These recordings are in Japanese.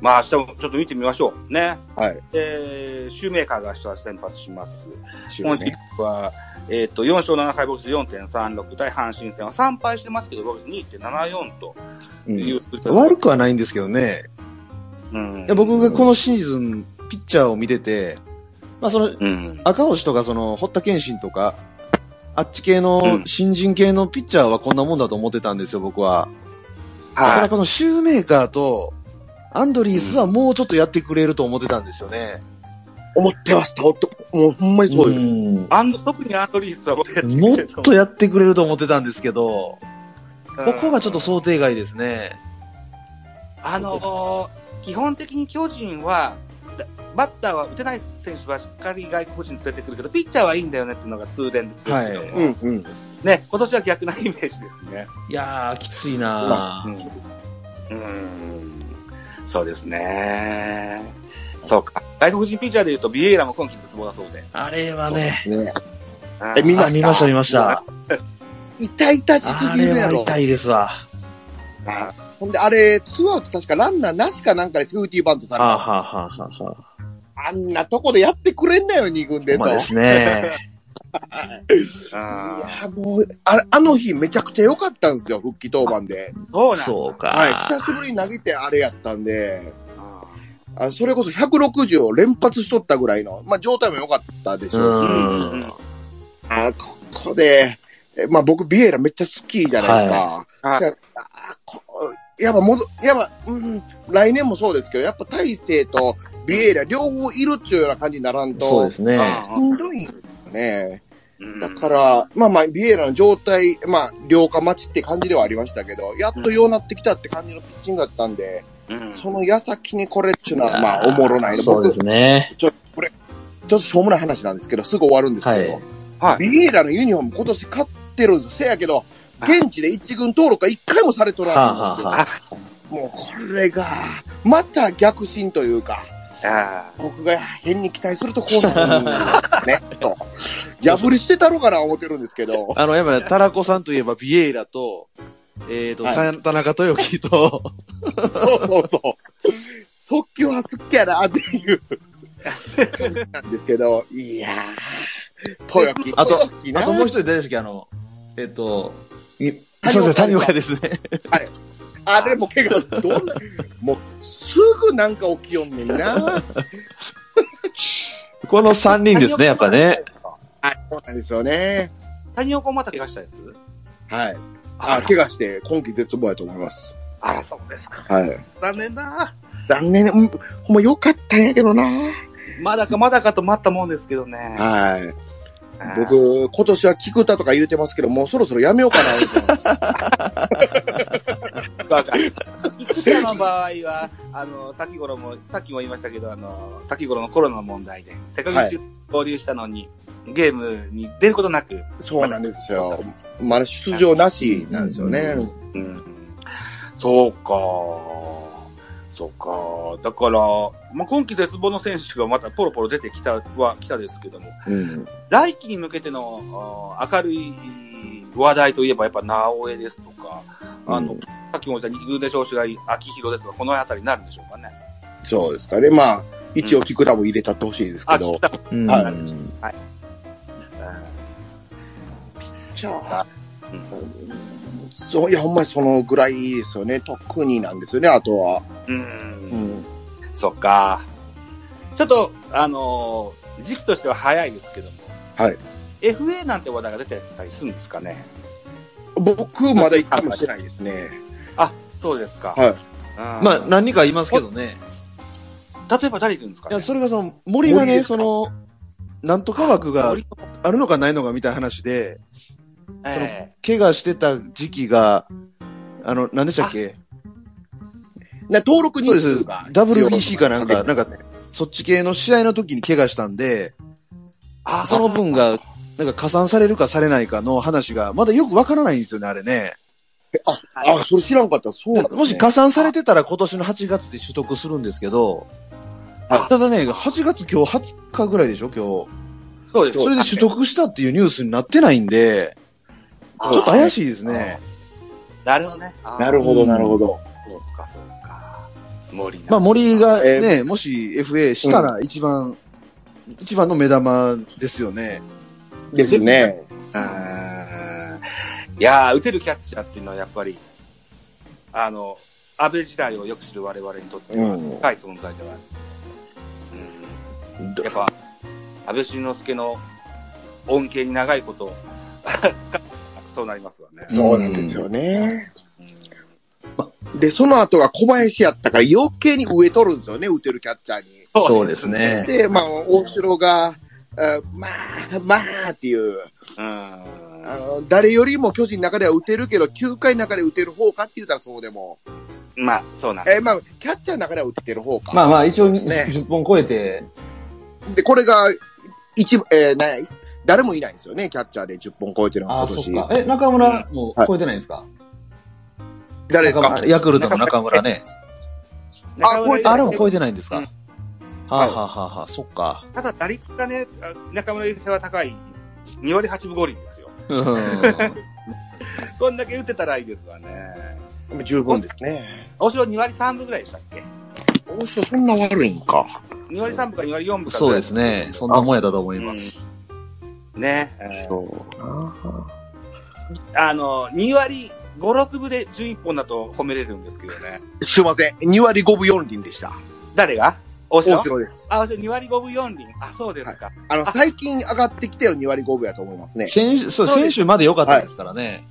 まあ明日もちょっと見てみましょう。ね。はい。えー、シューメーカーが明日は先発します。週本日ね。は、えっ、と、4勝7敗、ボックス4.36、対阪神戦は3敗してますけど、ボックス2.74とうんいう数字、悪くはないんですけどね。うんいや僕がこのシーズン、ピッチャーを見てて、まあその、うん。赤星とかその、堀田健信とか、あっち系の、新人系のピッチャーはこんなもんだと思ってたんですよ、僕は。だからはこのシューメーカーと、アンドリースはもうちょっとやってくれると思ってたんですよね。思ってました。ほんともうほんまにそうです。うんい。アンド、特にアンドリースは僕やもてっるとやってくれると思ってたんですけど、うんここがちょっと想定外ですね。あのー基本的に巨人は、だバッターは打てない選手はしっかり外国人連れてくるけど、ピッチャーはいいんだよねっていうのが通連ですけども、はいうんうん。ね、今年は逆なイメージですね。いやー、きついなまうーん。うんそうですね。そうか。外国人ピッチャーで言うと、ビエイラも今季絶望だそうで。あれはね、ですね。あえみんなあ見ました見ました。痛々しあすぎれるやはろ。痛いですわ。な。ほんで、あれ、ツーアウト確かランナーなしかなんかでセーフティーバントされあーはたんであはあはあはあ。すあんなとこでやってくれんなよ、二軍でほんと。まですね。いあや、もう、あれ、あの日めちゃくちゃ良かったんですよ、復帰登板で。そうなん そうか。はい。久しぶりに投げてあれやったんで、あそれこそ160を連発しとったぐらいの、まあ状態も良かったでしょうし、ううんん。あここで、えまあ僕ビエラめっちゃ好きじゃないですか。はいじゃああこやっぱ戻、やっぱ、うん、来年もそうですけど、やっぱ大勢とビエラ両方いるっていうような感じにならんと、そうですね。しんどいんですよね。うんだから、まあまあ、ビエラの状態、まあ、良化待ちって感じではありましたけど、やっとようなってきたって感じのピッチングだったんで、うんその矢先にこれっていうのは、まあ、おもろないの。そうで僕すね。ちょっとしょうもない話なんですけど、すぐ終わるんですけど、はいはい。ビエラのユニフォーム今年買ってるんですよ。せやけど、現地で一軍登録が一回もされとらんんですよ。はあもうこれが、また逆進というか、あ僕が変に期待するとこうなる んですね、と。破り捨てたろうかな思ってるんですけど、あの、やっぱり、タラコさんといえば、ビエイラと、えっ、と、はいた田中豊樹と、そうそうそう。速球はすっきやなっていう感じなんですけど、いやー、豊木。あと豊木なあともう一人誰でしたっけあの、えっ、と、い谷岡そうですね、谷岡ですね。あれも怪我、どんな、もうすぐなんか起きよんねんな。この3人ですね、やっぱね。。はい、そうなんですよね。谷岡もまた怪我したやつはい。あ、怪我して今季絶望やと思います。あら、そうですか。はい。残念だ。残念、うんほんま良かったんやけどな。まだかまだかと待ったもんですけどね。はい。あー、僕、今年は菊田とか言うてますけど、もうそろそろやめようかな思ってます。わかる。菊田の場合は、あの、先頃も、さっきも言いましたけど、あの、先頃のコロナの問題で、世界中合流したのに、ゲームに出ることなく、そうなんですよ。まだ出場なしなんですよね。うん。そうか。そうか。だから、まあ、今季絶望の選手がまたポロポロ出てきたは、来たですけども、うん。来季に向けてのあー明るい話題といえば、やっぱ直江ですとか、あの、うんさっきも言った二軍で招集が秋広ですが、この辺りになるんでしょうかね。そうですかね。まあ、一応菊田も入れたってほしいですけあ、ど。来た。うんはいじゃあ、うんそう、いや、ほんまにそのぐらいですよね。特になんですよね、あとは。うん。ん。そっか。ちょっと、あのー時期としては早いですけども。はい。 FA なんて話題が出てたりするんですかね。僕、まだ一回もしてないですね。あ、そうですか。はいいまあ、何人かいますけどね。例えば誰いるんですか、いね、や、それがその、森が森ね、ですその、なんとか枠が森友あるのかないのかみたいな話で、え怪我してた時期が、あの、何でしたっけな登録そう人です数が。。 WBC かなんか、なんか、そっち系の試合の時に怪我したんで、あその分が、なんか加算されるかされないかの話が、まだよくわからないんですよね、あれね。あ、それ知らんかった。そうなんです、ね。もし加算されてたら今年の8月で取得するんですけど、あただね、8月今日20日ぐらいでしょ、今そうです。日。それで取得したっていうニュースになってないんで、あちょっと怪しいですね。なるほどね。あーなるほど、なるほど。そうか、そうか。森な。まあ、森がえーね、もし FA したら一番、一番の目玉ですよね。ですね。うーんいやー、打てるキャッチャーっていうのはやっぱり、あの、安倍時代をよく知る我々にとってはうん深い存在ではある。うん、やっぱ、安倍晋之助の恩恵に長いこと、 使うそうなりますわね。そうなんですよね。で、その後が小林やったから余計に植えとるんですよね、打てるキャッチャーに。そうですね。で、まあ、大城が、あまあ、まあっていう、うん。あの、誰よりも巨人の中では打てるけど、9回の中で打てる方かって言ったらそうでも、まあ、そうなんえーまあ、キャッチャーの中では打ててる方か。まあまあ、一応、ですね10本超えて、で、これが、一、えー、ない、誰もいないんですよね、キャッチャーで10本超えてるのあはあ、今そっ年。か。え、中村もはうい超えてないんですか、誰です中か村ヤクルトの中村ね。中村あこれゆあうれも超えてないんですか、うんはあ、はあはあはあ、そっか。ただ打率がね、あ中村ゆうは高い。2割8分5厘ですよ。うん。こんだけ打てたらいいですわね。十分ですね。大城2割3分ぐらいでしたっけ大城そんな悪いんか。 2割3分か2割4分かそうですね。そんなもんやだと思います。す。ね、えーそうなあの、2割5、6分で11本だと褒めれるんですけどね。すいません。2割5分4厘でした。誰が大大城城です。あ、大城2割5分4厘。あ、そうですか。あの、最近上がってきてる2割5分やと思いますね。先週、そう、そうで先週まで良かったですからね。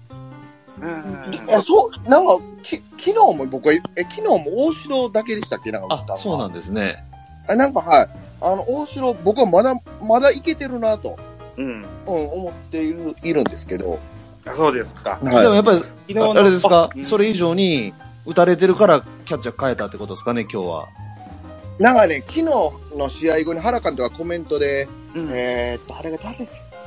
うん。あ、そう、なんか、き、昨日も僕、え、昨日も大城だけでしたっけなんか打ったのあ、はそうなんですね。あなんかはい。あの、大城、僕はまだ、まだいけてるなと、うん。うん、思っている、いるんですけど。あそうですか。でもやっぱり、昨日あのあれですか、うんそれ以上に打たれてるからキャッチャー変えたってことですかね、今日は。なんかね、昨日の試合後に原監督がコメントで、うんえーっと、あれが誰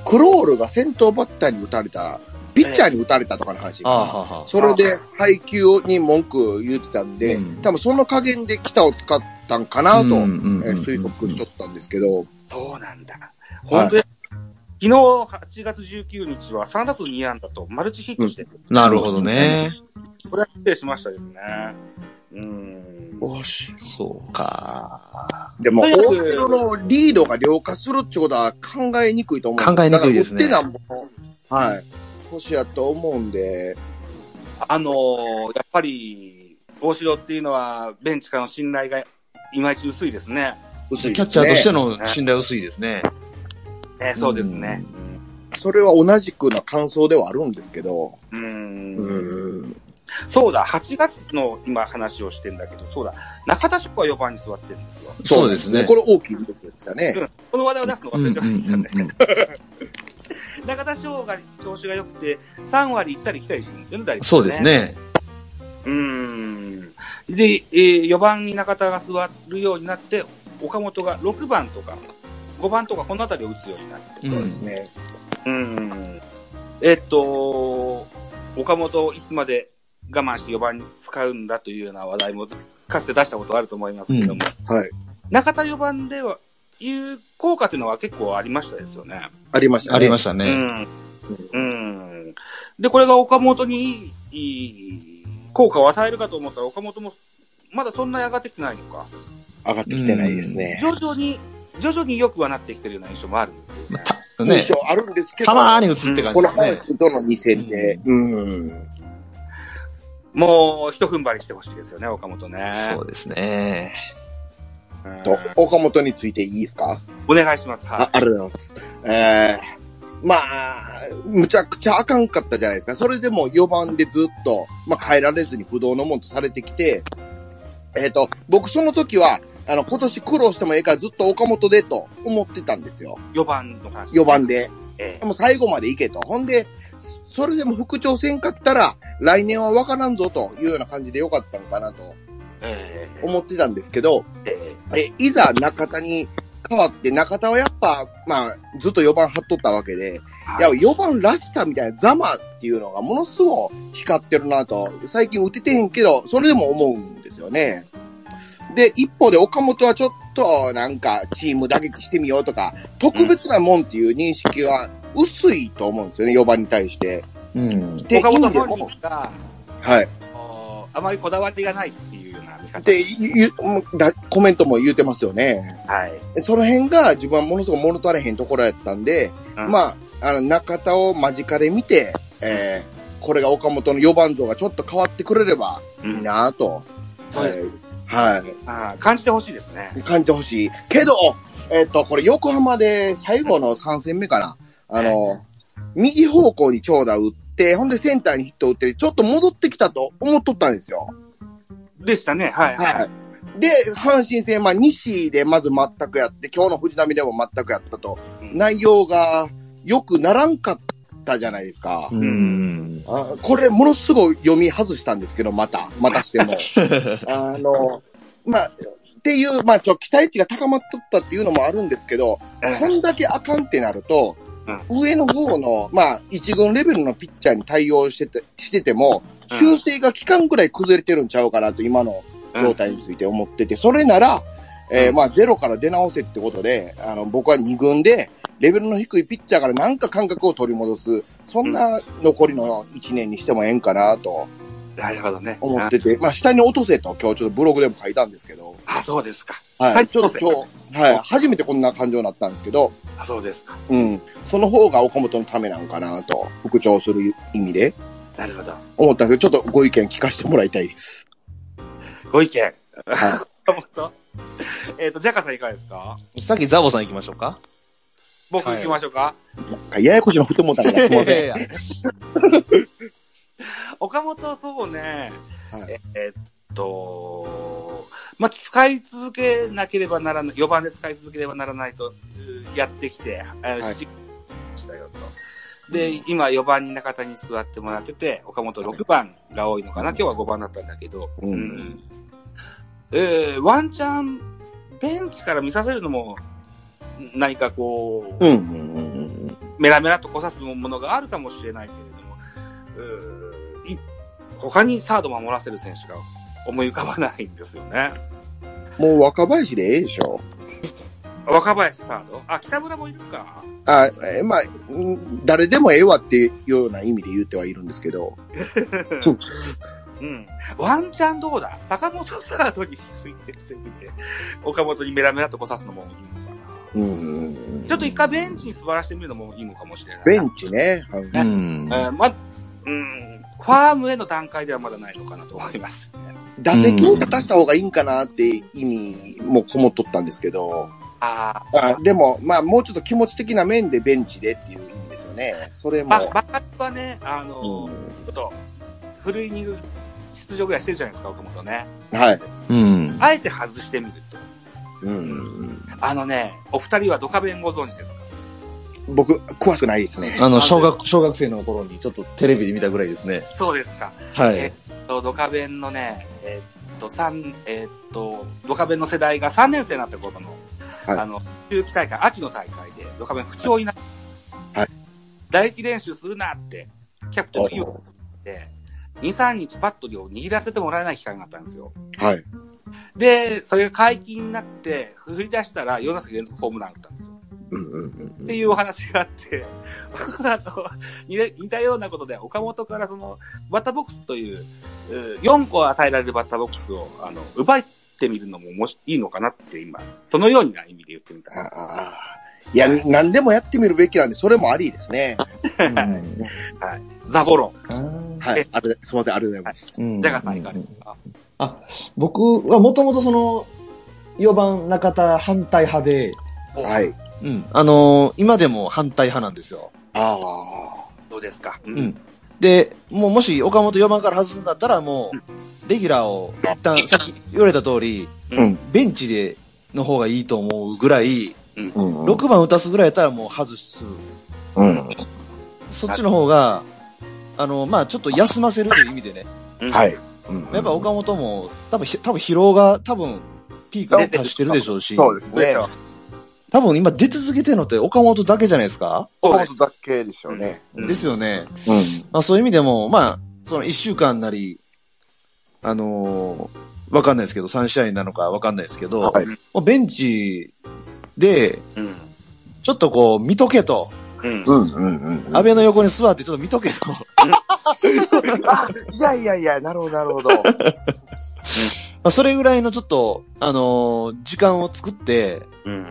クロールが先頭バッターに打たれた、ピッチャーに打たれたとかの話。ああ、はあはあ。それで配球に文句言ってたんで、うん多分その加減で北を使ったんかなと、うんうんうんえー推測しとったんですけど、そうなんだ。本当に、昨日8月19日は3打数2安打とマルチヒットしてる。なるほどね。これは失礼しましたですね。うん。おし。そうか。でも、とにかく大城のリードが量化するってことは考えにくいと思う。考えにくいですねだから打ってなんぼの、はい。星やと思うんで、あのーやっぱり、大城っていうのは、ベンチからの信頼がいまいち薄いですね。薄キャいですね。ッチャーとしての信頼薄いですね。ね、そうですね。それは同じくな感想ではあるんですけど、う。うんん。そうだ、8月の今話をしてんだけど、そうだ、中田翔子は4番に座ってるんですよ。そうですね。これ大きいことでしたね。うんこの話題を出すのうん忘うれんてうましたんね。うん中田翔が調子が良くて、3割行ったり来たりしてるんですよね、打率そうです。ね。うん。で、えー、4番に中田が座るようになって、岡本が6番とか、5番とかこの辺りを打つようになって。うそうでんすね。うん。えっと、岡本をいつまで我慢して4番に使うんだというような話題もかつて出したことあると思いますけども、はい。中田4番では、いう効果というのは結構ありましたですよね。ありましたね。ありましたね。うん。うん。で、これが岡本にいいいい効果を与えるかと思ったら岡本もまだそんなに上がってきてないのか。上がってきてないですね。徐々に、徐々に良くはなってきてるような印象もあるんですけど、ね。ね印。象あるんですけど、たまーに打つって感じこでのすね阪。神との2戦で、うん。もう一踏ん張りしてほしいですよね、岡本ね。そうですね。うんと、岡本についていいですかお願いします。はいあありがとうございます。えー、まあ、むちゃくちゃあかんかったじゃないですか。それでも4番でずっと、まあ、変えられずに不動のもんとされてきて、えっ、と、僕その時は、あの、今年苦労してもええからずっと岡本でと思ってたんですよ。 4番の話。 4番。で。ええもう最後まで行けと。ほんで、それでも復調せんかったら、来年はわからんぞというような感じでよかったのかなとええ思ってたんですけど、ええ、いざ中田に変わって、中田はやっぱ、まあ、ずっと4番張っとったわけで、いや、4番らしさみたいなザマっていうのがものすごい光ってるなと、最近打ててへんけど、それでも思うんですよね。で、一方で岡本はちょっとなんかチーム打撃してみようとか、特別なもんっていう認識は薄いと思うんですよね、4番に対して。うん。えで、岡意本味でも本人が、はい。あのあまりこだわりがないっていうような見方。で、ゆ、ゆもうだコメントも言うてますよね。はい。その辺が自分はものすごく物足りへんところやったんで、うんまあ、あの、中田を間近で見て、えーこれが岡本の4番像がちょっと変わってくれればいいなぁと、そうですはい、はいあー感じてほしいですね。感じてほしい。けど、えっ、と、これ横浜で最後の3戦目かな。あの、右方向に長打打って、ほんでセンターにヒット打って、ちょっと戻ってきたと思っとったんですよ。でしたね。はい。はい。い。で、阪神戦、まあ、西でまず全くやって、今日の藤波でも全くやったと、うん内容が良くならんかったじゃないですか。うん。あこれ、ものすごい読み外したんですけど、また、またしても。 あの、まあ、っていう、まあ、ちょ、期待値が高まっとったっていうのもあるんですけど、えこんだけあかんってなると、上の方の、まあ、一軍レベルのピッチャーに対応してて、してても、うん修正が期間ぐらい崩れてるんちゃうかなと、今のえ状態について思ってて、それなら、えーうんまあ、ゼロから出直せってことで、あの、僕は2軍で、レベルの低いピッチャーからなんか感覚を取り戻す、そんな残りの1年にしてもええんかなとなるほどね。思ってて、まあ、下に落とせと、今日ちょっとブログでも書いたんですけど、あ、そうですか。は、はいいちょっと今日、はい、初めてこんな感情になったんですけど、あ、そうですか。うん、その方が岡本のためなんかなと、復調する意味でなるほど。思ったんですけど、ちょっとご意見聞かせてもらいたいです。ご意見。は 岡本えっと、ジャカさんいかがですかさっきザボさん行きましょうか。僕行きましょうか。い。ややこしいの振ってもうたから、すいませ ん。いやいやいや 岡本、そうね。はいええっと、まあ、使い続けなければならない、4番で使い続ければならないと、うやってきて、あいししたよと。で、今4番に中田に座ってもらってて、岡本6番が多いのかな、今日は5番だったんだけど、うんえーワンチャン、ベンチから見させるのも、何かこう、 うんうんうんうんうん。メラメラとこさすものがあるかもしれないけれども、うーい他にサード守らせる選手が思い浮かばないんですよね。もう若林でええでしょ。若林サードあ、北村もいるか。あ、えまあ、うん誰でもええわっていうような意味で言ってはいるんですけど、うん。ワンチャンどうだ坂本サードに推定してみて、岡本にメラメラとこさすのもいいのかうんうんうんな。ちょっと一回ベンチに座らせてみるのもいいのかもしれない。ベンチね。はいうんえ。ーま、うん、ファームへの段階ではまだないのかなと思います。打席に立たした方がいいんかなって意味もこもっとったんですけど、ああでも、まあ、もうちょっと気持ち的な面でベンチでっていう意味ですよね。それー、も。ま、バックはね、あのーうんちょっと、フルイニング出場ぐらいしてるじゃないですか、岡本ね。はい。うん。あえて外してみると。うん。あのね、お二人はドカベンご存知ですか僕、詳しくないですね。あの、小学、小学生の頃にちょっとテレビで見たぐらいですね。そうですか。はえい。っと、ドカベンのね、えっと、三、えっと、ドカベンの世代が3年生になった頃の、はいあの、中期大会、秋の大会で、ドカベン不調になって、はい打撃練習するなって、キャプテンの言うで、2、3日バットを握らせてもらえない期間があったんですよ。はい。で、それが解禁になって、振り出したら4打席連続ホームラン打ったんですよ。うんうんうんっていうお話があって、あと、似似たようなことで、岡本からその、バッターボックスという、4個与えられるバッターボックスを、あの、奪ってみるのももしいいのかなって今、そのような意味で言ってみあた。あいや、何でもやってみるべきなんで、それもありですね。ザボロン。はえい。あれ、すみません、ありがとうございます。うん ジャガーさんいかがですか僕はもともとその、4番中田反対派で、はい。うん。あのー、今でも反対派なんですよ。ああ。どうですかううん。で、もうもし岡本4番から外すんだったら、もう、レギュラーを、一旦、さっき言われた通り、うん。ベンチで、の方がいいと思うぐらい、うん6番打たすぐらいやったらもう外す。うん。そっちの方が、あの、まあちょっと休ませるという意味でね。はい。やっぱ岡本も、多分ひ、多分疲労が、多分、ピークで達してるでしょうし、そうですどうでねし。ょう多分今出続けてるのって岡本だけじゃないですか、そうで本す当だけでしょうね。うんですよね。うまあそういう意味でも、まあ、その一週間なり、あのーわかんないですけど、3試合なのかわかんないですけど、はいもうベンチで、うん。ちょっとこう、見とけと、うん。ん。うん。うん。うん。安倍の横に座って ちょっと見とけと、あ、いやいやいや、なるほど、なるほど。まあそれぐらいのちょっと、あのー時間を作って、うん。うん。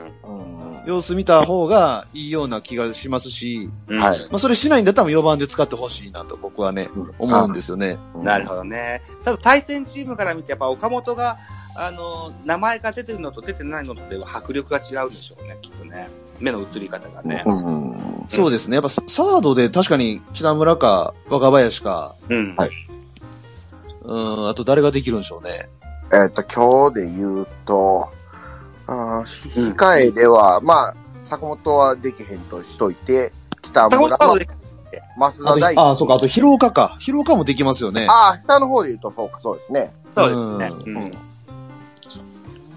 様子見た方がいいような気がしますし、うんはい。まあ、それしないんだったら4番で使ってほしいなと僕はね、思うんですよね。なるほどね。ただ対戦チームから見て、やっぱ岡本が、あの、名前が出てるのと出てないのとでは迫力が違うんでしょうね、きっとね。目の映り方がね。うん。そうですね。やっぱサードで確かに北村か若林か、うん。はいうん、あと誰ができるんでしょうね。えっ、と、今日で言うと、あー控えでは、まあ、坂本はできへんとしといて、北坂本村、カードでま増あ田大と、地。あ、そうか、あと、広岡か。広岡もできますよね。ああ、下の方で言うと、そうか、そうですね。そうですうね。うん。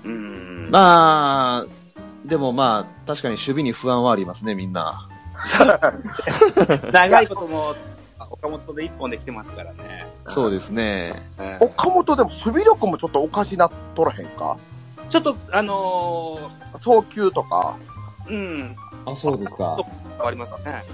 うん。まあ、でもまあ、確かに守備に不安はありますね、みんな。長いことも、岡本で一本で来てますからね。そうですね。うん岡本でも守備力もちょっとおかしなっとらへんすかちょっと、あの送球とか。ーうん、あ、そうですか。変わりますね。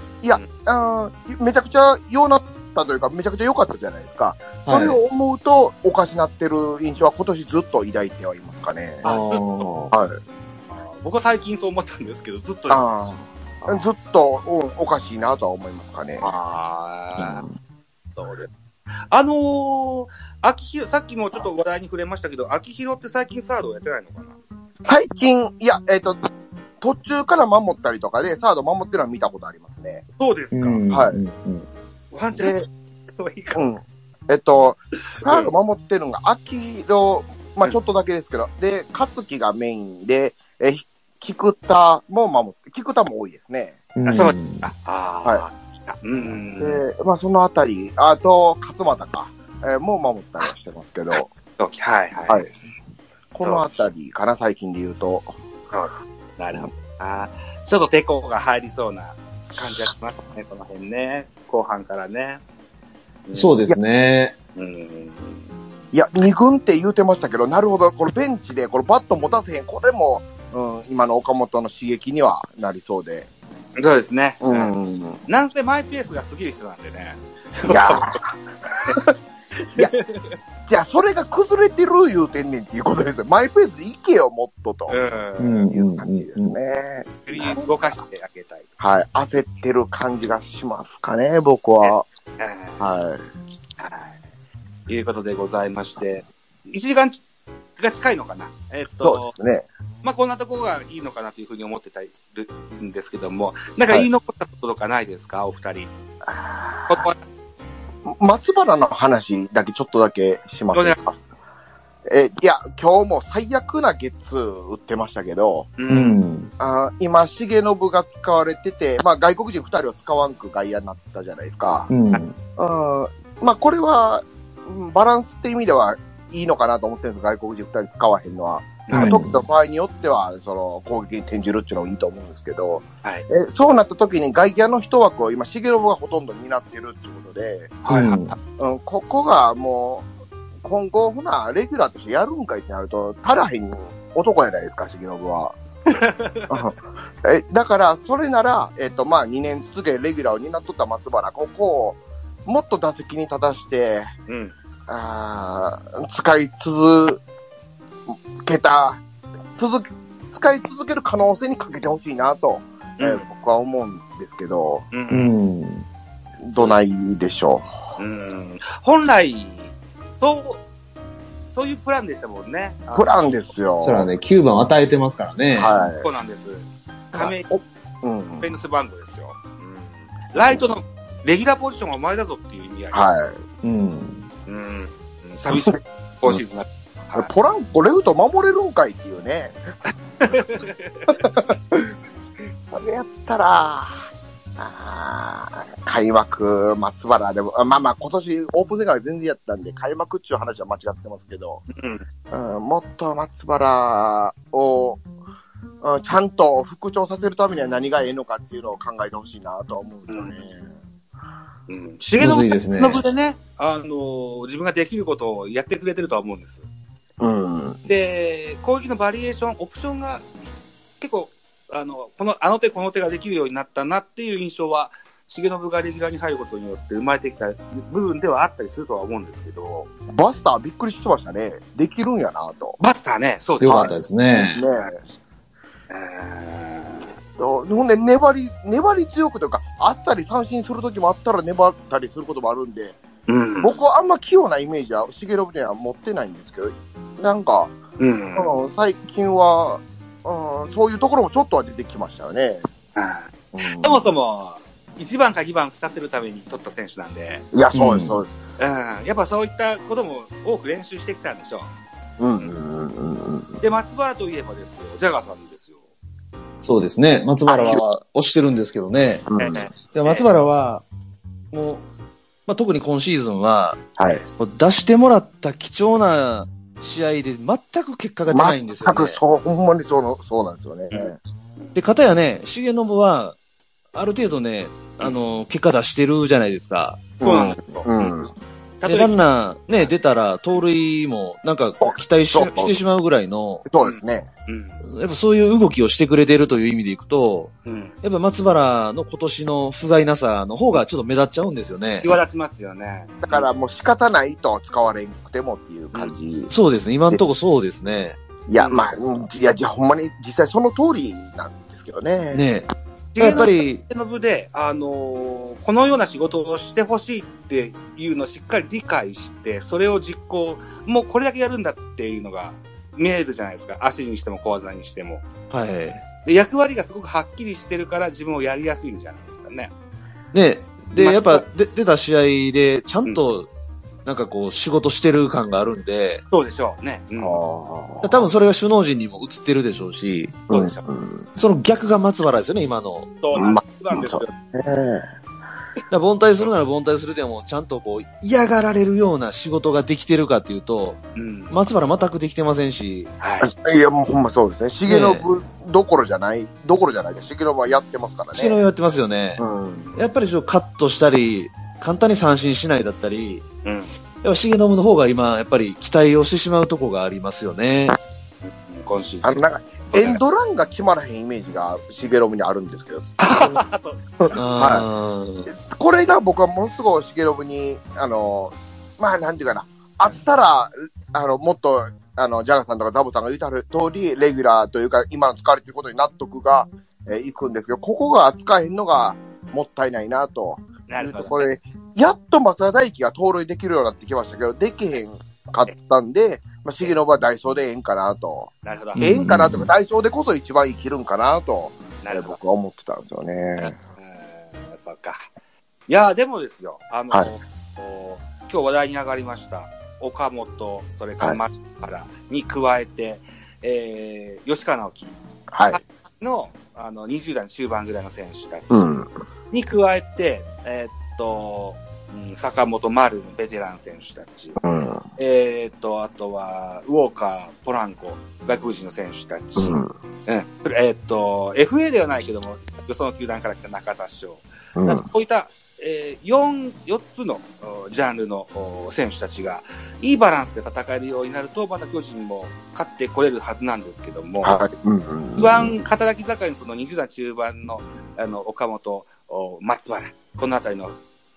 あーめちゃくちゃ良なったというか、めちゃくちゃ良かったじゃないですか。それをはい思うと、おかしなってる印象は今年ずっと抱いてはいますかね。ああそうーはい。僕は最近そう思ったんですけど、ずっと。ああずっと、うん、おかしいなとは思いますかね。あーそうです。あのー、秋広、さっきもちょっと話題に触れましたけど、秋広って最近サードをやってないのかな最近、いや、えっ、と、途中から守ったりとかで、サード守ってるのは見たことありますね。そうですか。うんはいうんうんワンチャンでス、いいか。うん。えっ、と、サード守ってるのが、秋色、まあちょっとだけですけど、で、勝木がメインで、え、菊田も守って、菊田も多いですね。うん あそうああー、はうん。で、まあそのあたり、あと、勝俣か、えーもう守ったりはしてますけど、時はいはい。はいこのあたりかな、最近で言うと。なるほど。あーちょっと抵抗が入りそうな感じがしますね、この辺ね。後半からね。。そうですすね。うん。いや、二軍って言うてましたけど、なるほど、これベンチで、これバット持たせへん、これも、うん、今の岡本の刺激にはなりそうで。そうですね。うん。いなんせマイペースが過ぎる人なんでね。やー いや、じゃあそれが崩れてる言うてんねんっていうことですよ。マイペースで行けよ、もっとと。ううん。んいうんうう感じですん。ね。振り動かしてあげたい。はい。焦ってる感じがしますかね、僕は。ははい。い。いうことでございまして、1時間が近いのかな。えっ、そと、うですね。まあ、こんなところがいいのかなというふうに思ってたりするんですけども、なんか言い残ったこととかないですか、お二人。ここは松原の話だけちょっとだけしまどうすでかすかえ、いや、今日も最悪なゲッツー打ってましたけど、うう。ん。あー今、重信が使われてて、まあ外国人二人は使わんく外野になったじゃないですかう。ん。うん、まあこれは、うんバランスって意味ではいいのかなと思ってるんです外国人二人使わへんのは。はい時と場合によっては、その攻撃に転じるっていうのもいいと思うんですけど、はいえそうなった時に外野の一枠を今、重信がほとんど担ってるっていうことで、はいはいうんうん、ここがもう、今後、ほな、レギュラーとしてやるんかいってなると、足らへん男やないですか、重信は。 うんえだから、それなら、えっ、と、まあ、2年続けレギュラーを担っとった松原、ここを、もっと打席に立たして、うん。あー使い続けた、続け、使い続ける可能性にかけてほしいなと、えー僕は思うんですけど、う。うんん。どないでしょうん。本来、そう、そういうプランでしたもんね。う。プランですよ。そらね、9番与えてますからね。。はそうなんです。い。亀井おうんフェ。ンスバンドですよ。ライトのレギュラーポジションはお前だぞっていう意味合い。はい。うん。うん。寂しい今シーズンだはいポランコレフト守れるんかいっていう ね。それやったら、あー開幕、松原でも、あまあまあ今年オープン戦から全然やったんで、開幕っていう話は間違ってますけど、うん。うん、もっと松原を、うんちゃんと復調させるためには何がええのかっていうのを考えてほしいなとは思うんですよね。うん。重むず信いですねの部でね、あのー、自分ができることをやってくれてるとは思うんです。うん。で、攻撃のバリエーション、オプションが結構、あの、この、あの手この手ができるようになったなっていう印象は重信がレギュラーに入ることによって生まれてきた部分ではあったりするとは思うんですけど、バスターびっくりしてましたね。できるんやなと。バスターね、そうですよねかったですね。ねうーんえ。とほんで、粘り、粘り強くというか、あっさり三振するときもあったら粘ったりすることもあるんで、うん。僕はあんま器用なイメージは、重信には持ってないんですけど、なんか、うん。あの最近は、うん、そういうところもちょっとは出てきましたよね。うんそもそも、1番か2番勝たせるために取った選手なんで、いや、そうです、そうです。うん。やっぱそういったことも多く練習してきたんでしょうん、うん、うんうん。う。で、松原といえばですよ、ジャガーさんですよ。そうですね。松原は押してるんですけどね。うんええで松原は、もう、まあ、特に今シーズンは、はい。もう出してもらった貴重な試合で全く結果が出ないんですよ、全ねく。そう、ほんまにそうの、そうなんですよね。うんで、かたやね、重信は、ある程度ね、あの、結果出してるじゃないですか。そうなんですよ。うん。たとで、えランナーね、出たら、盗塁も、なんか、期待しそうそしうてしまうぐらいの、そうですね。うん。やっぱそういう動きをしてくれてるという意味でいくと、うん。やっぱ松原の今年の不甲斐なさの方がちょっと目立っちゃうんですよね。際立ちますよね。だからもう仕方ないと使われんくてもっていう感じ。そうですね。今のとこそうですね。いや、まあ、うんいや、じゃあほんまに実際その通りなんですけどね。ねえ。重やっぱ信り、の部で、あのーこのような仕事をしてほしいっていうのをしっかり理解して、それを実行、もうこれだけやるんだっていうのが見えるじゃないですか。足にしても小技にしても。はい。で役割がすごくはっきりしてるから自分をやりやすいんじゃないですかね。ねえ。で、まあやっぱ、で出た試合で、ちゃんと、なんかこう、仕事してる感があるんで、そうでしょうね。うんあー多分それが首脳陣にも映ってるでしょうし、そうでしょう。うんその逆が松原ですよね、今の。そうなんですそうなんですよ。ねえだから凡退するなら凡退するでも、ちゃんとこう、嫌がられるような仕事ができてるかっていうと、うん。松原全くできてませんし、はい。あいや、もうほんまそうですね。重信どころじゃない、どころじゃないです。重信はやってますからね。してのやってますよね。うん。やっぱりちょっとカットしたり、簡単に三振しないだったり、うん。やっぱ重信の方が今、やっぱり期待をしてしまうとこがありますよね。今シーあズの、ン。なんか、エンドランが決まらへんイメージが重信にあるんですけど、 あーこれが僕はものすごい重信に、あの、まあ、なんていうかな、あったら、あの、もっと、あの、ジャガーさんとかザボさんが言うたる通り、レギュラーというか、今の使われてることに納得が、えーいくんですけど、ここが扱えへんのが、もったいないな、とないるうほとど。ころで、やっと増田大輝が盗塁できるようになってきましたけど、できへんかったんで、まあ、重信はダイソーでええんかな、と。なるほど。うんええんかな、とか、ダイソーでこそ一番生きるんかな、と、なるほど。僕は思ってたんですようね。ーんそっか。いやー、でもですよ、あの、はいお今日話題に上がりました、岡本、それかはらい松原に加えて、えー、吉川直樹はい。の、あの、20代の中盤ぐらいの選手たちうん。に加えて、えーっと、うん坂本丸のベテラン選手たち、うん。えーっと、あとは、ウォーカー、ポランコ、外国人の選手たち、うん。うんえーっと、FA ではないけども、よその球団から来た中田翔、うなんんか。こういった、えー、4, 4つのおジャンルのお選手たちが、いいバランスで戦えるようになると、また巨人も勝ってこれるはずなんですけども、はい。うんうんうん一番働き盛りのその20代中盤のあの岡本、お松原、このあたりの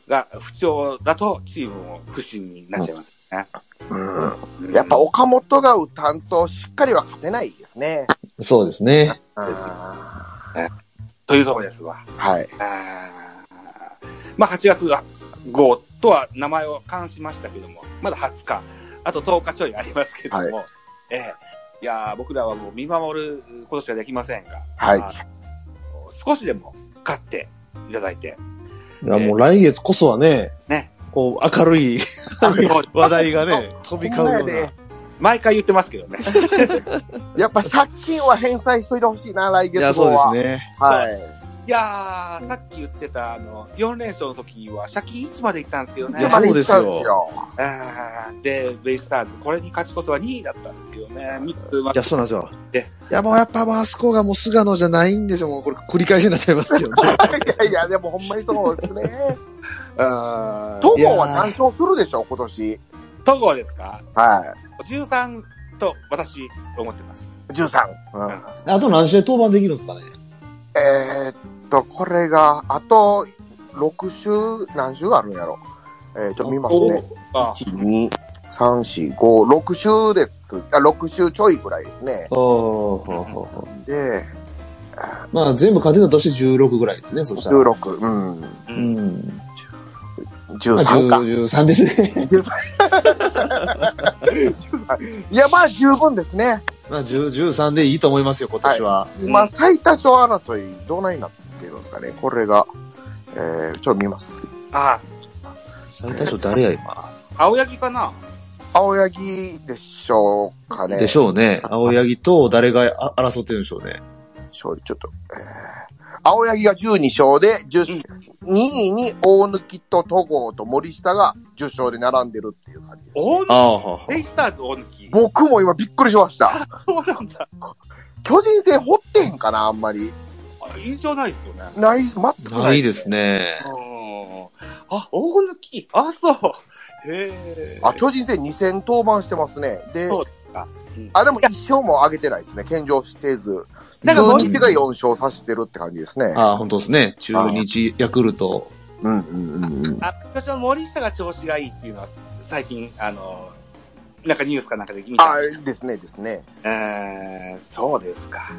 が不調だと、チームも不振になっちゃいますね。うんうんやっぱ岡本が打たんとしっかりは勝てないですね。そうですね。ですねはというところですわ。い。あーまあ、8月号とは名前を冠しましたけども、まだ20日、あと10日ちょいありますけども、ええいやー僕らはもう見守ることしかできませんが、はい。あの少しでも勝っていただいて、いや、もう来月こそはね、ねこう、明るい話題がね、飛び交うよほんうまやねな。毎回言ってますけど ね。やっぱ借金は返済しといてほしいな、来いや、月そ号は。うですね。はいやー、さっき言ってた、あの、4連勝の時は、借金1まで行ったんですけどねいい。や。今そうですよ行ったんあーで、ベイスターズ、これに勝ちこそは2位だったんですけどね。3つまいや、そうなんですよえ。いや、もうやっぱ、まああそこがもう菅野じゃないんですよ。もうこれ繰り返しになっちゃいますけどね。 すよ。いやいや、でもほんまにそうですね。 うん戸郷は何勝するでしょう、今年。戸郷ですかは ?13 と私思ってます。い。13。うんあと何試合登板できるんですかね。えーっと、これが、あと、 6週、何週あるんやろ。えっ、と、見ますね。あ2、3、4、5、6週です。あ、6週ちょいぐらいですね。ほうほうほうほで、うまあ、全部勝てたとして16ぐらいですね、そしたら。 16、うん、うん。まあ、 13か。 10 13ですね。いや、まあ十分ですね。 まあ、10 13でいいと思いますよ、今年は。うんまあ最多勝争い、どうないなってるんですかね。これが、えー、ちょっと見ます。あ、最多賞誰や今。青柳かな青柳でしょうかね。でしょょうね。青柳と誰があ争ってるんでしょうね。ちょっと、えー、青柳が12勝で、10 2位に大貫と戸郷と森下が10勝で並んでるっていう感じです。大あ貫あ、はベイスターズ大貫。僕も今びっくりしました。そうなんだ。巨人戦掘ってへんかな、あんまり。あ印象ないっすよね。ない、全くないあ。ないですね。うん。あ、大貫。あ、そう。へえ。あ、巨人戦2戦登板してますね。でそうかうん、あ、でも1勝も上げてないですね。献上してず。だから中森日が4勝さしてるって感じですね。ああ、本当ですね。中日、ヤクルト。うんうんうんうん。あ、私の森下が調子がいいっていうのは、最近、あの、なんかニュースかなんかで見たあ、ですねですね。えー、そうですか。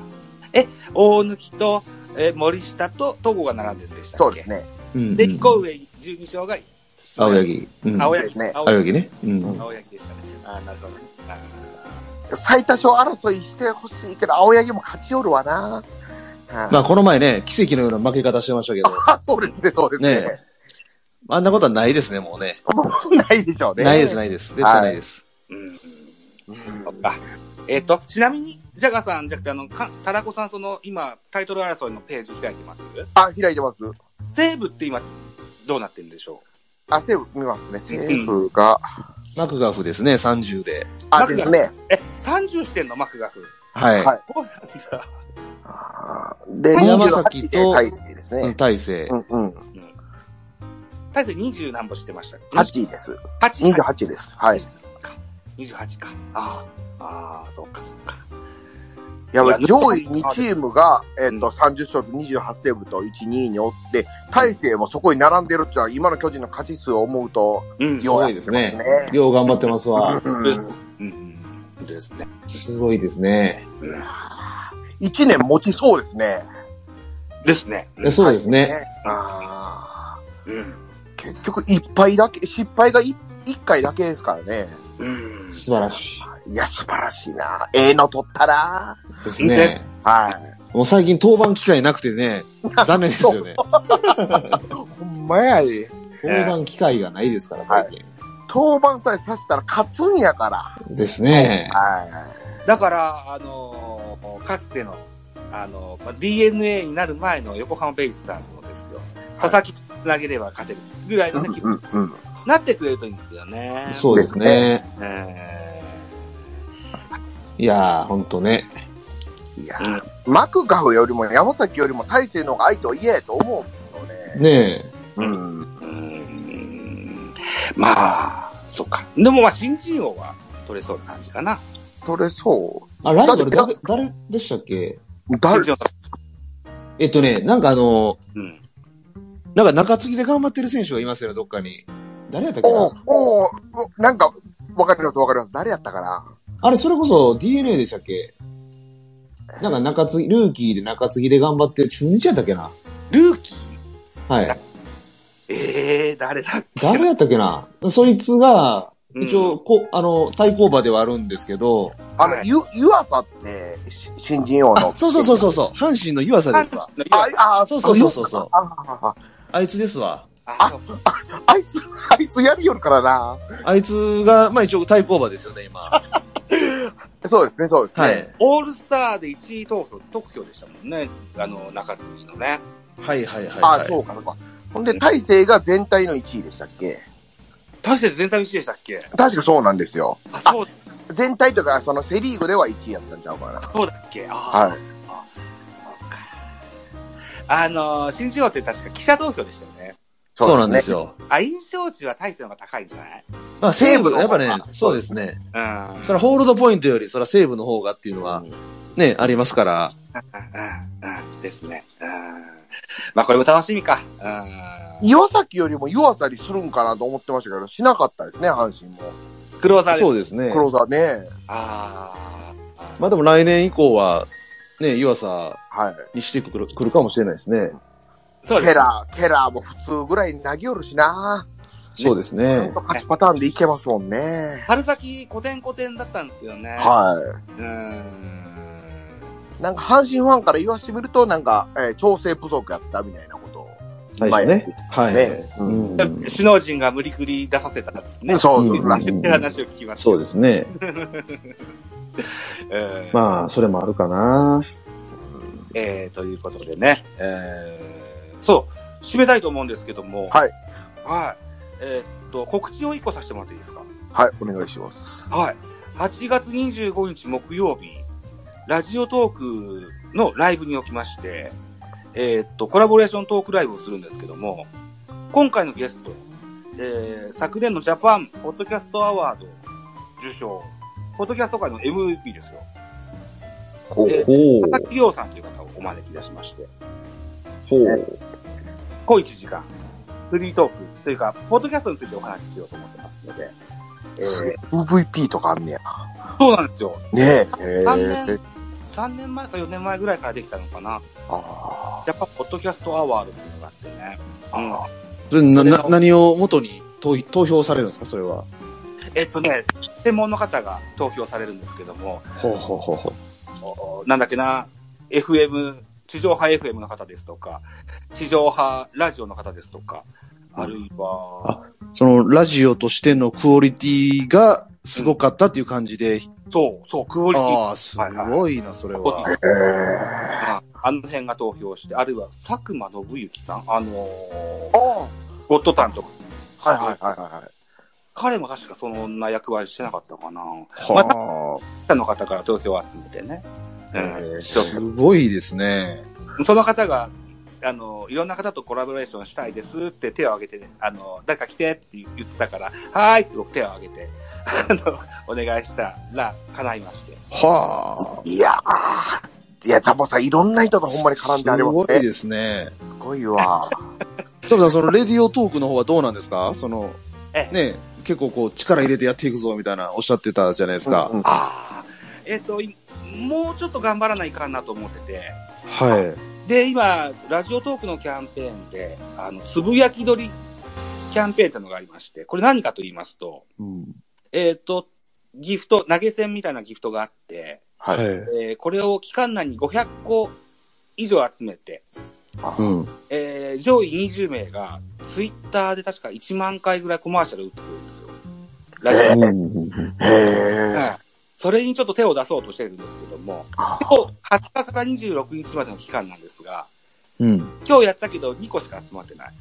え、大貫と、え、森下と戸郷が並んでるんでしたっけそうです。ね。うんで、一個上12勝が、青。柳。うん青で柳すね青青柳柳ね。うん。青柳でしたね。あーなるほどね。あ最多勝争いしてほしいけど、青柳も勝ちよるわな。はいまあ、この前ね、奇跡のような負け方してましたけど、あ、 そうですね、そうですね。ねあんなことはないですね、もうね。ないでしょうね。ないです、ないです。絶対ないです。ーうん。うんそっか。えっ、と、ちなみに、ジャガーさん、じゃなくて、あの、かタラコさん、その、今、タイトル争いのページ開いてますあ、開いてます。西武って今、どうなってるんでしょあ、セーフ見ますね。セーフが。マクガフですね、30で。あ、ですね。うえ、30してんのマクガフ。はい。はいそうなんだ。あーで、山崎と28で大勢ですうんね。大勢う。んうん。大勢20何歩してましたっけ8です。 8 28です。はい。 28か。ああ、ああ、そっかそっか。やばいいや上位2チームが、えっと、30勝と28セーブと1、2位におって、大勢もそこに並んでるってのは、今の巨人の勝ち数を思うと、うん。すごいですねようやってますねよう頑張ってますわ。うんうん。本当ですね。すごいですね。 1年持ちそうですね。ですね。えそうですね。あうん。ー結局、1敗だけ、失敗が 1, 回だけですからね。うん。素晴らしいいや、素晴らしいな。ええの取ったな。ですね。はい。もう最近登板機会なくて ね、 残念ですよね。ほんまやで。登板機会がないですから、最近。登板さえさせたら勝つんやから。ですね。はだから、あのーかつての、あのーまあ、DNA になる前の横浜ベイスターズのですよ。佐々木つなげれば勝てるぐらいい。うのんね、気う分んうん。になってくれるといいんですけどね。そうですね。う。えいやー、ほんとね。いやー、マクガフよりも山崎よりも大勢の方が相手を言えと思うんですよね。ねえ。うー、ん。うーん。まあ、そっか。でもまあ、新人王は取れそうな感じかな。取れそあ、ライバルだっ誰、誰でしたっけう。誰新人王えっとね、なんかあの、うん。なんか中継ぎで頑張ってる選手がいますよね、どっかに。誰やったっけおうなおうおなんか、わかりますわかります。誰やったかなあれ、それこそ DNA でしたっけなんか中継ぎ、ルーキーで中継ぎで頑張ってる中日やったっけなルーキーはい。ええー、誰だっけ誰やったっけなそいつが、うん一応、こう、あの、対抗馬ではあるんですけど、あのは、いゆ、湯浅って、し新人王のあ、。そうそうそうそうそう、阪神の湯浅ですわ。あ、あ、そうそうそうそうそうあああいつですわ。あそうああいつ、あいつやりよるからな。あいつが、まあ一応対抗馬ですよね、今。そうですね、そうですね。はい。オールスターで1位投票、得票でしたもんね。あの、中継ぎのね。はいはいはい、あは、い。そうか、そうか。ほんで、大勢が全体の1位でしたっけ大勢全体1位でしたっけ確かそうなんですよ。あ、そう、全体というか、そのセリーグでは1位やったんちゃうかな。そうだっけああ、はい。そうか。あのー、新人王って確か記者投票でしたよね。そうなんですよ。よ。あ、印象値は大勢の方が高いんじゃないまあ西武、西武のやっぱねあ、そうですね。うん。それはホールドポイントより、それは西武の方がっていうのは、ね、ありますから。うん、うん、うん、ですね。うん。まあ、これも楽しみか。うん。岩崎よりも湯浅にするんかなと思ってましたけど、しなかったですね、阪神も。クローザーです。そうですねク。ローザーね。ああ。まあでも来年以降は、ね、湯浅はい。にしてくるくるかもしれないですね。そうでケす。ラー、ケラーも普通ぐらい投げよるしな。そうですちゃねん。と勝ちパターンでいけますもんね。春先、古典古典だったんですけどね。はうーん。い。なんか阪神ファンから言わしてみると、なんか、えー調整不足やったみたいなことを。最初ね。はい。ね。うん首脳陣が無理くり出させた、ね。そ うっんて話を聞きました。そうですね。えーまあ、それもあるかな。えーということでね、えーそう、締めたいと思うんですけども、はい。はい。えーっと、告知を1個させてもらっていいですかはい、お願いします。はい。8月25日木曜日、ラジオトークのライブにおきまして、えーっと、コラボレーショントークライブをするんですけども、今回のゲスト、えー昨年のジャパンポッドキャストアワード受賞、ポッドキャスト界の MVP ですよ。ほえほう佐。々木亮さんという方をお招きいたしまして、ほう。小1時間、フリートークというか、ポッドキャストについてお話ししようと思ってますので、えー MVP とかあんねや。そうなんですよ。ねえ。 3え年、3年前か4年前ぐらいからできたのかな。あやっぱ、ポッドキャストアワードっていうのがあってね。うそれな、それなの何を元に投投票されるんですかそれは。ん。えっとね、専門の方が投票されるんですけども、ほうほうほうほう。おなんだっけな、FM、地上波 FM の方ですとか、地上波ラジオの方ですとか、あるいは、その、ラジオとしてのクオリティがすごかったっていう感じで。そう、そう、クオリティああ、すごいな、それは。あ。ええ。ああの辺が投票して、あるいは佐久間信之さん、あのーああ。ゴッドタンとか、はいはいはいはい。彼も確かそんな役割してなかったかな。また、は他の方から投票を集めてね。うあ。ん、すごいですね。その方が、あの、いろんな方とコラボレーションしたいですって手を挙げて、ね、あの、誰か来てって言ってたから、はーいって僕手を挙げて、あの、お願いしたら、叶いまして。はあ。いやー。いや、ザボさん、いろんな人とほんまに絡んすでありますごいね。ですね。すごいわ。サブさん、そのレディオトークの方はどうなんですかその、ええね、結構こう力入れてやっていくぞみたいなおっしゃってたじゃないですか。うんうんああ。えっ、と、いもうちょっと頑張らないかんなと思ってて、はい。で、今、ラジオトークのキャンペーンで、あの、つぶやき取りキャンペーンというのがありまして、これ何かと言いますと、うんえっ、と、ギフト、投げ銭みたいなギフトがあって、はい。えーこれを期間内に500個以上集めて、うん。えー上位20名が、ツイッターで確か1万回ぐらいコマーシャル打ってくるんですよ。ラジオ、へえ。はいそれにちょっと手を出そうとしてるんですけども、あー今日20日から26日までの期間なんですが、うん。今日やったけど2個しか集まってない。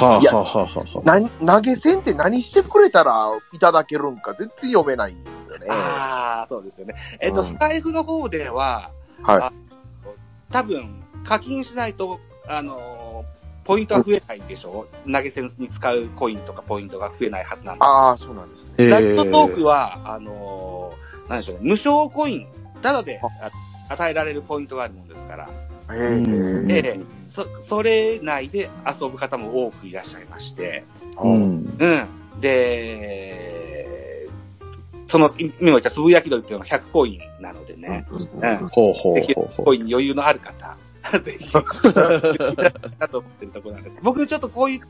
はあ、いやはあはあはな、投げ銭って何してくれたらいただけるんか全然読めないんですよね。ああ、そうですよね。えっ、と、うんスタイフの方では、はいあ多分、課金しないと、あのーポイントは増えないんでしょ投げ銭に使うコインとかポイントが増えないはずなんですああ、そうなんですね。あ。ラジオトークは、は、あのーなんでしょうね、無償コイン、ただであ与えられるポイントがあるもんですから、へうんえ。ええそ、それ内で遊ぶ方も多くいらっしゃいまして、ううんん。うん。で、その、今言ったつぶやき鳥っていうのが100コインなのでね、うん。ほうほうぜひ、ほうほコインに余裕のある方、 ぜひ、だと思ってるところなんです。僕、ちょっとこういう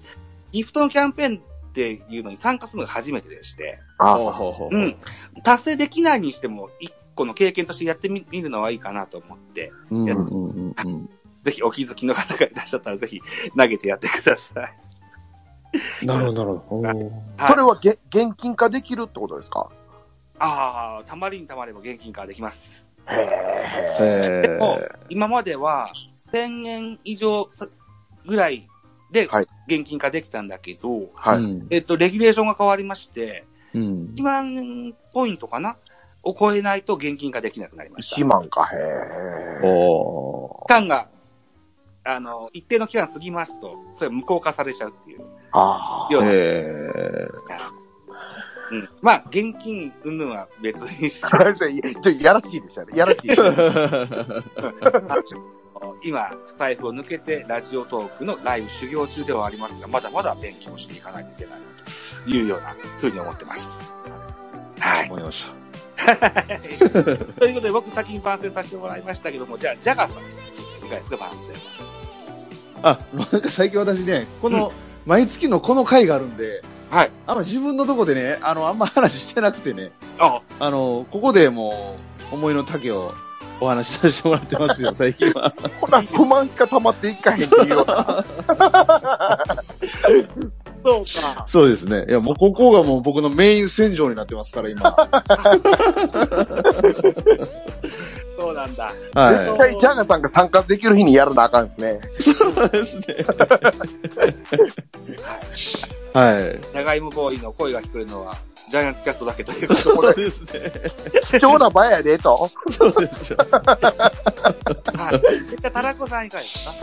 ギフトのキャンペーンっていうのに参加するのが初めてでして、あう。ーほうほうほう。うん。達成できないにしても、一個の経験としてやってみ見るのはいいかなと思って、うん。うんうんうんぜひお気づきの方がいらっしゃったら、ぜひ投げてやってください。なるほど、なるほど。はいそれはげ現金化できるってことですかああ、たまりにたまれば現金化できます。へえ。えでも、今までは1000円以上さぐらいではい現金化できたんだけど、はい。い。えっと、レギュレーションが変わりまして、うん1。万ポイントかなを超えないと現金化できなくなりました。 1万か、へえ。お期間が、あの、一定の期間過ぎますと、それは無効化されちゃうっていうああ。ようー。な。えうん。まあ、現金、うんぬんは 別にして、 ちょっとやらしいでしたね。やらしい。ー。今、スタイフを抜けて、ラジオトークのライブ修行中ではありますが、まだまだ勉強していかないといけないな、というようなふうに思ってます。はい。 思いました。ということで、僕先に番宣させてもらいましたけども、じゃあ、ジャガーさんですね。いかがですか、番宣は。あ、なんか最近私ね、この、毎月のこの回があるんで、はい。あんま自分のとこでね、あの、あんま話してなくてね、あ、あの、ここでもう、思いの丈をお話しさせてもらってますよ、最近は。ほら、不満しか溜まっていかへんっていうような。そうか。そうですね。いや、もうここがもう僕のメイン戦場になってますから、今。そうなんだ。は絶対ジャガさんが参加できる日にやらなあかんですね。い。そうですね。 はい。ジャガイモボーイの声が聞こえるのは、ジャイアンツキャストだけということそうですね。貴重な場やで、と。そうですよ。で。はい。じゃあ、タラコさんいかがですか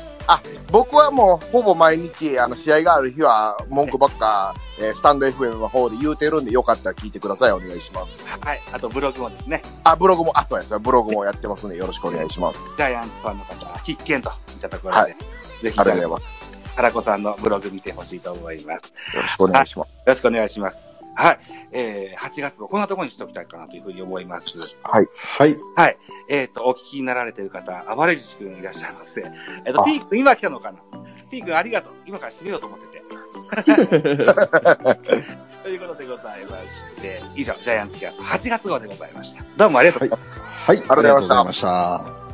僕はもう、ほぼ毎日、あの、試合がある日は、文句ばっか、えースタンド FM の方で言うてるんで、よかったら聞いてください。お願いします。はい。あと、ブログもですね、あ、ブログも、あ、そうですね。ブログもやってますんで、よろしくお願いします。ジャイアンツファンの方は必見といったところで、はぜいひ、ありがとうございます。タラコさんのブログ見てほしいと思います。よろしくお願いします。よろしくお願いします。はい。えー、8月もこんなところにしておきたいかなというふうに思います。はい。えっ、と、お聞きになられている方、暴れじちくんいらっしゃいませ。えっ、と、あピーク今来たのかなピークありがとう。今から締めようと思ってて。ということでございまして、以上、ジャイアンツキャスト8月号でございました。どうもありがとうございました。はい。ありがとうございましたした。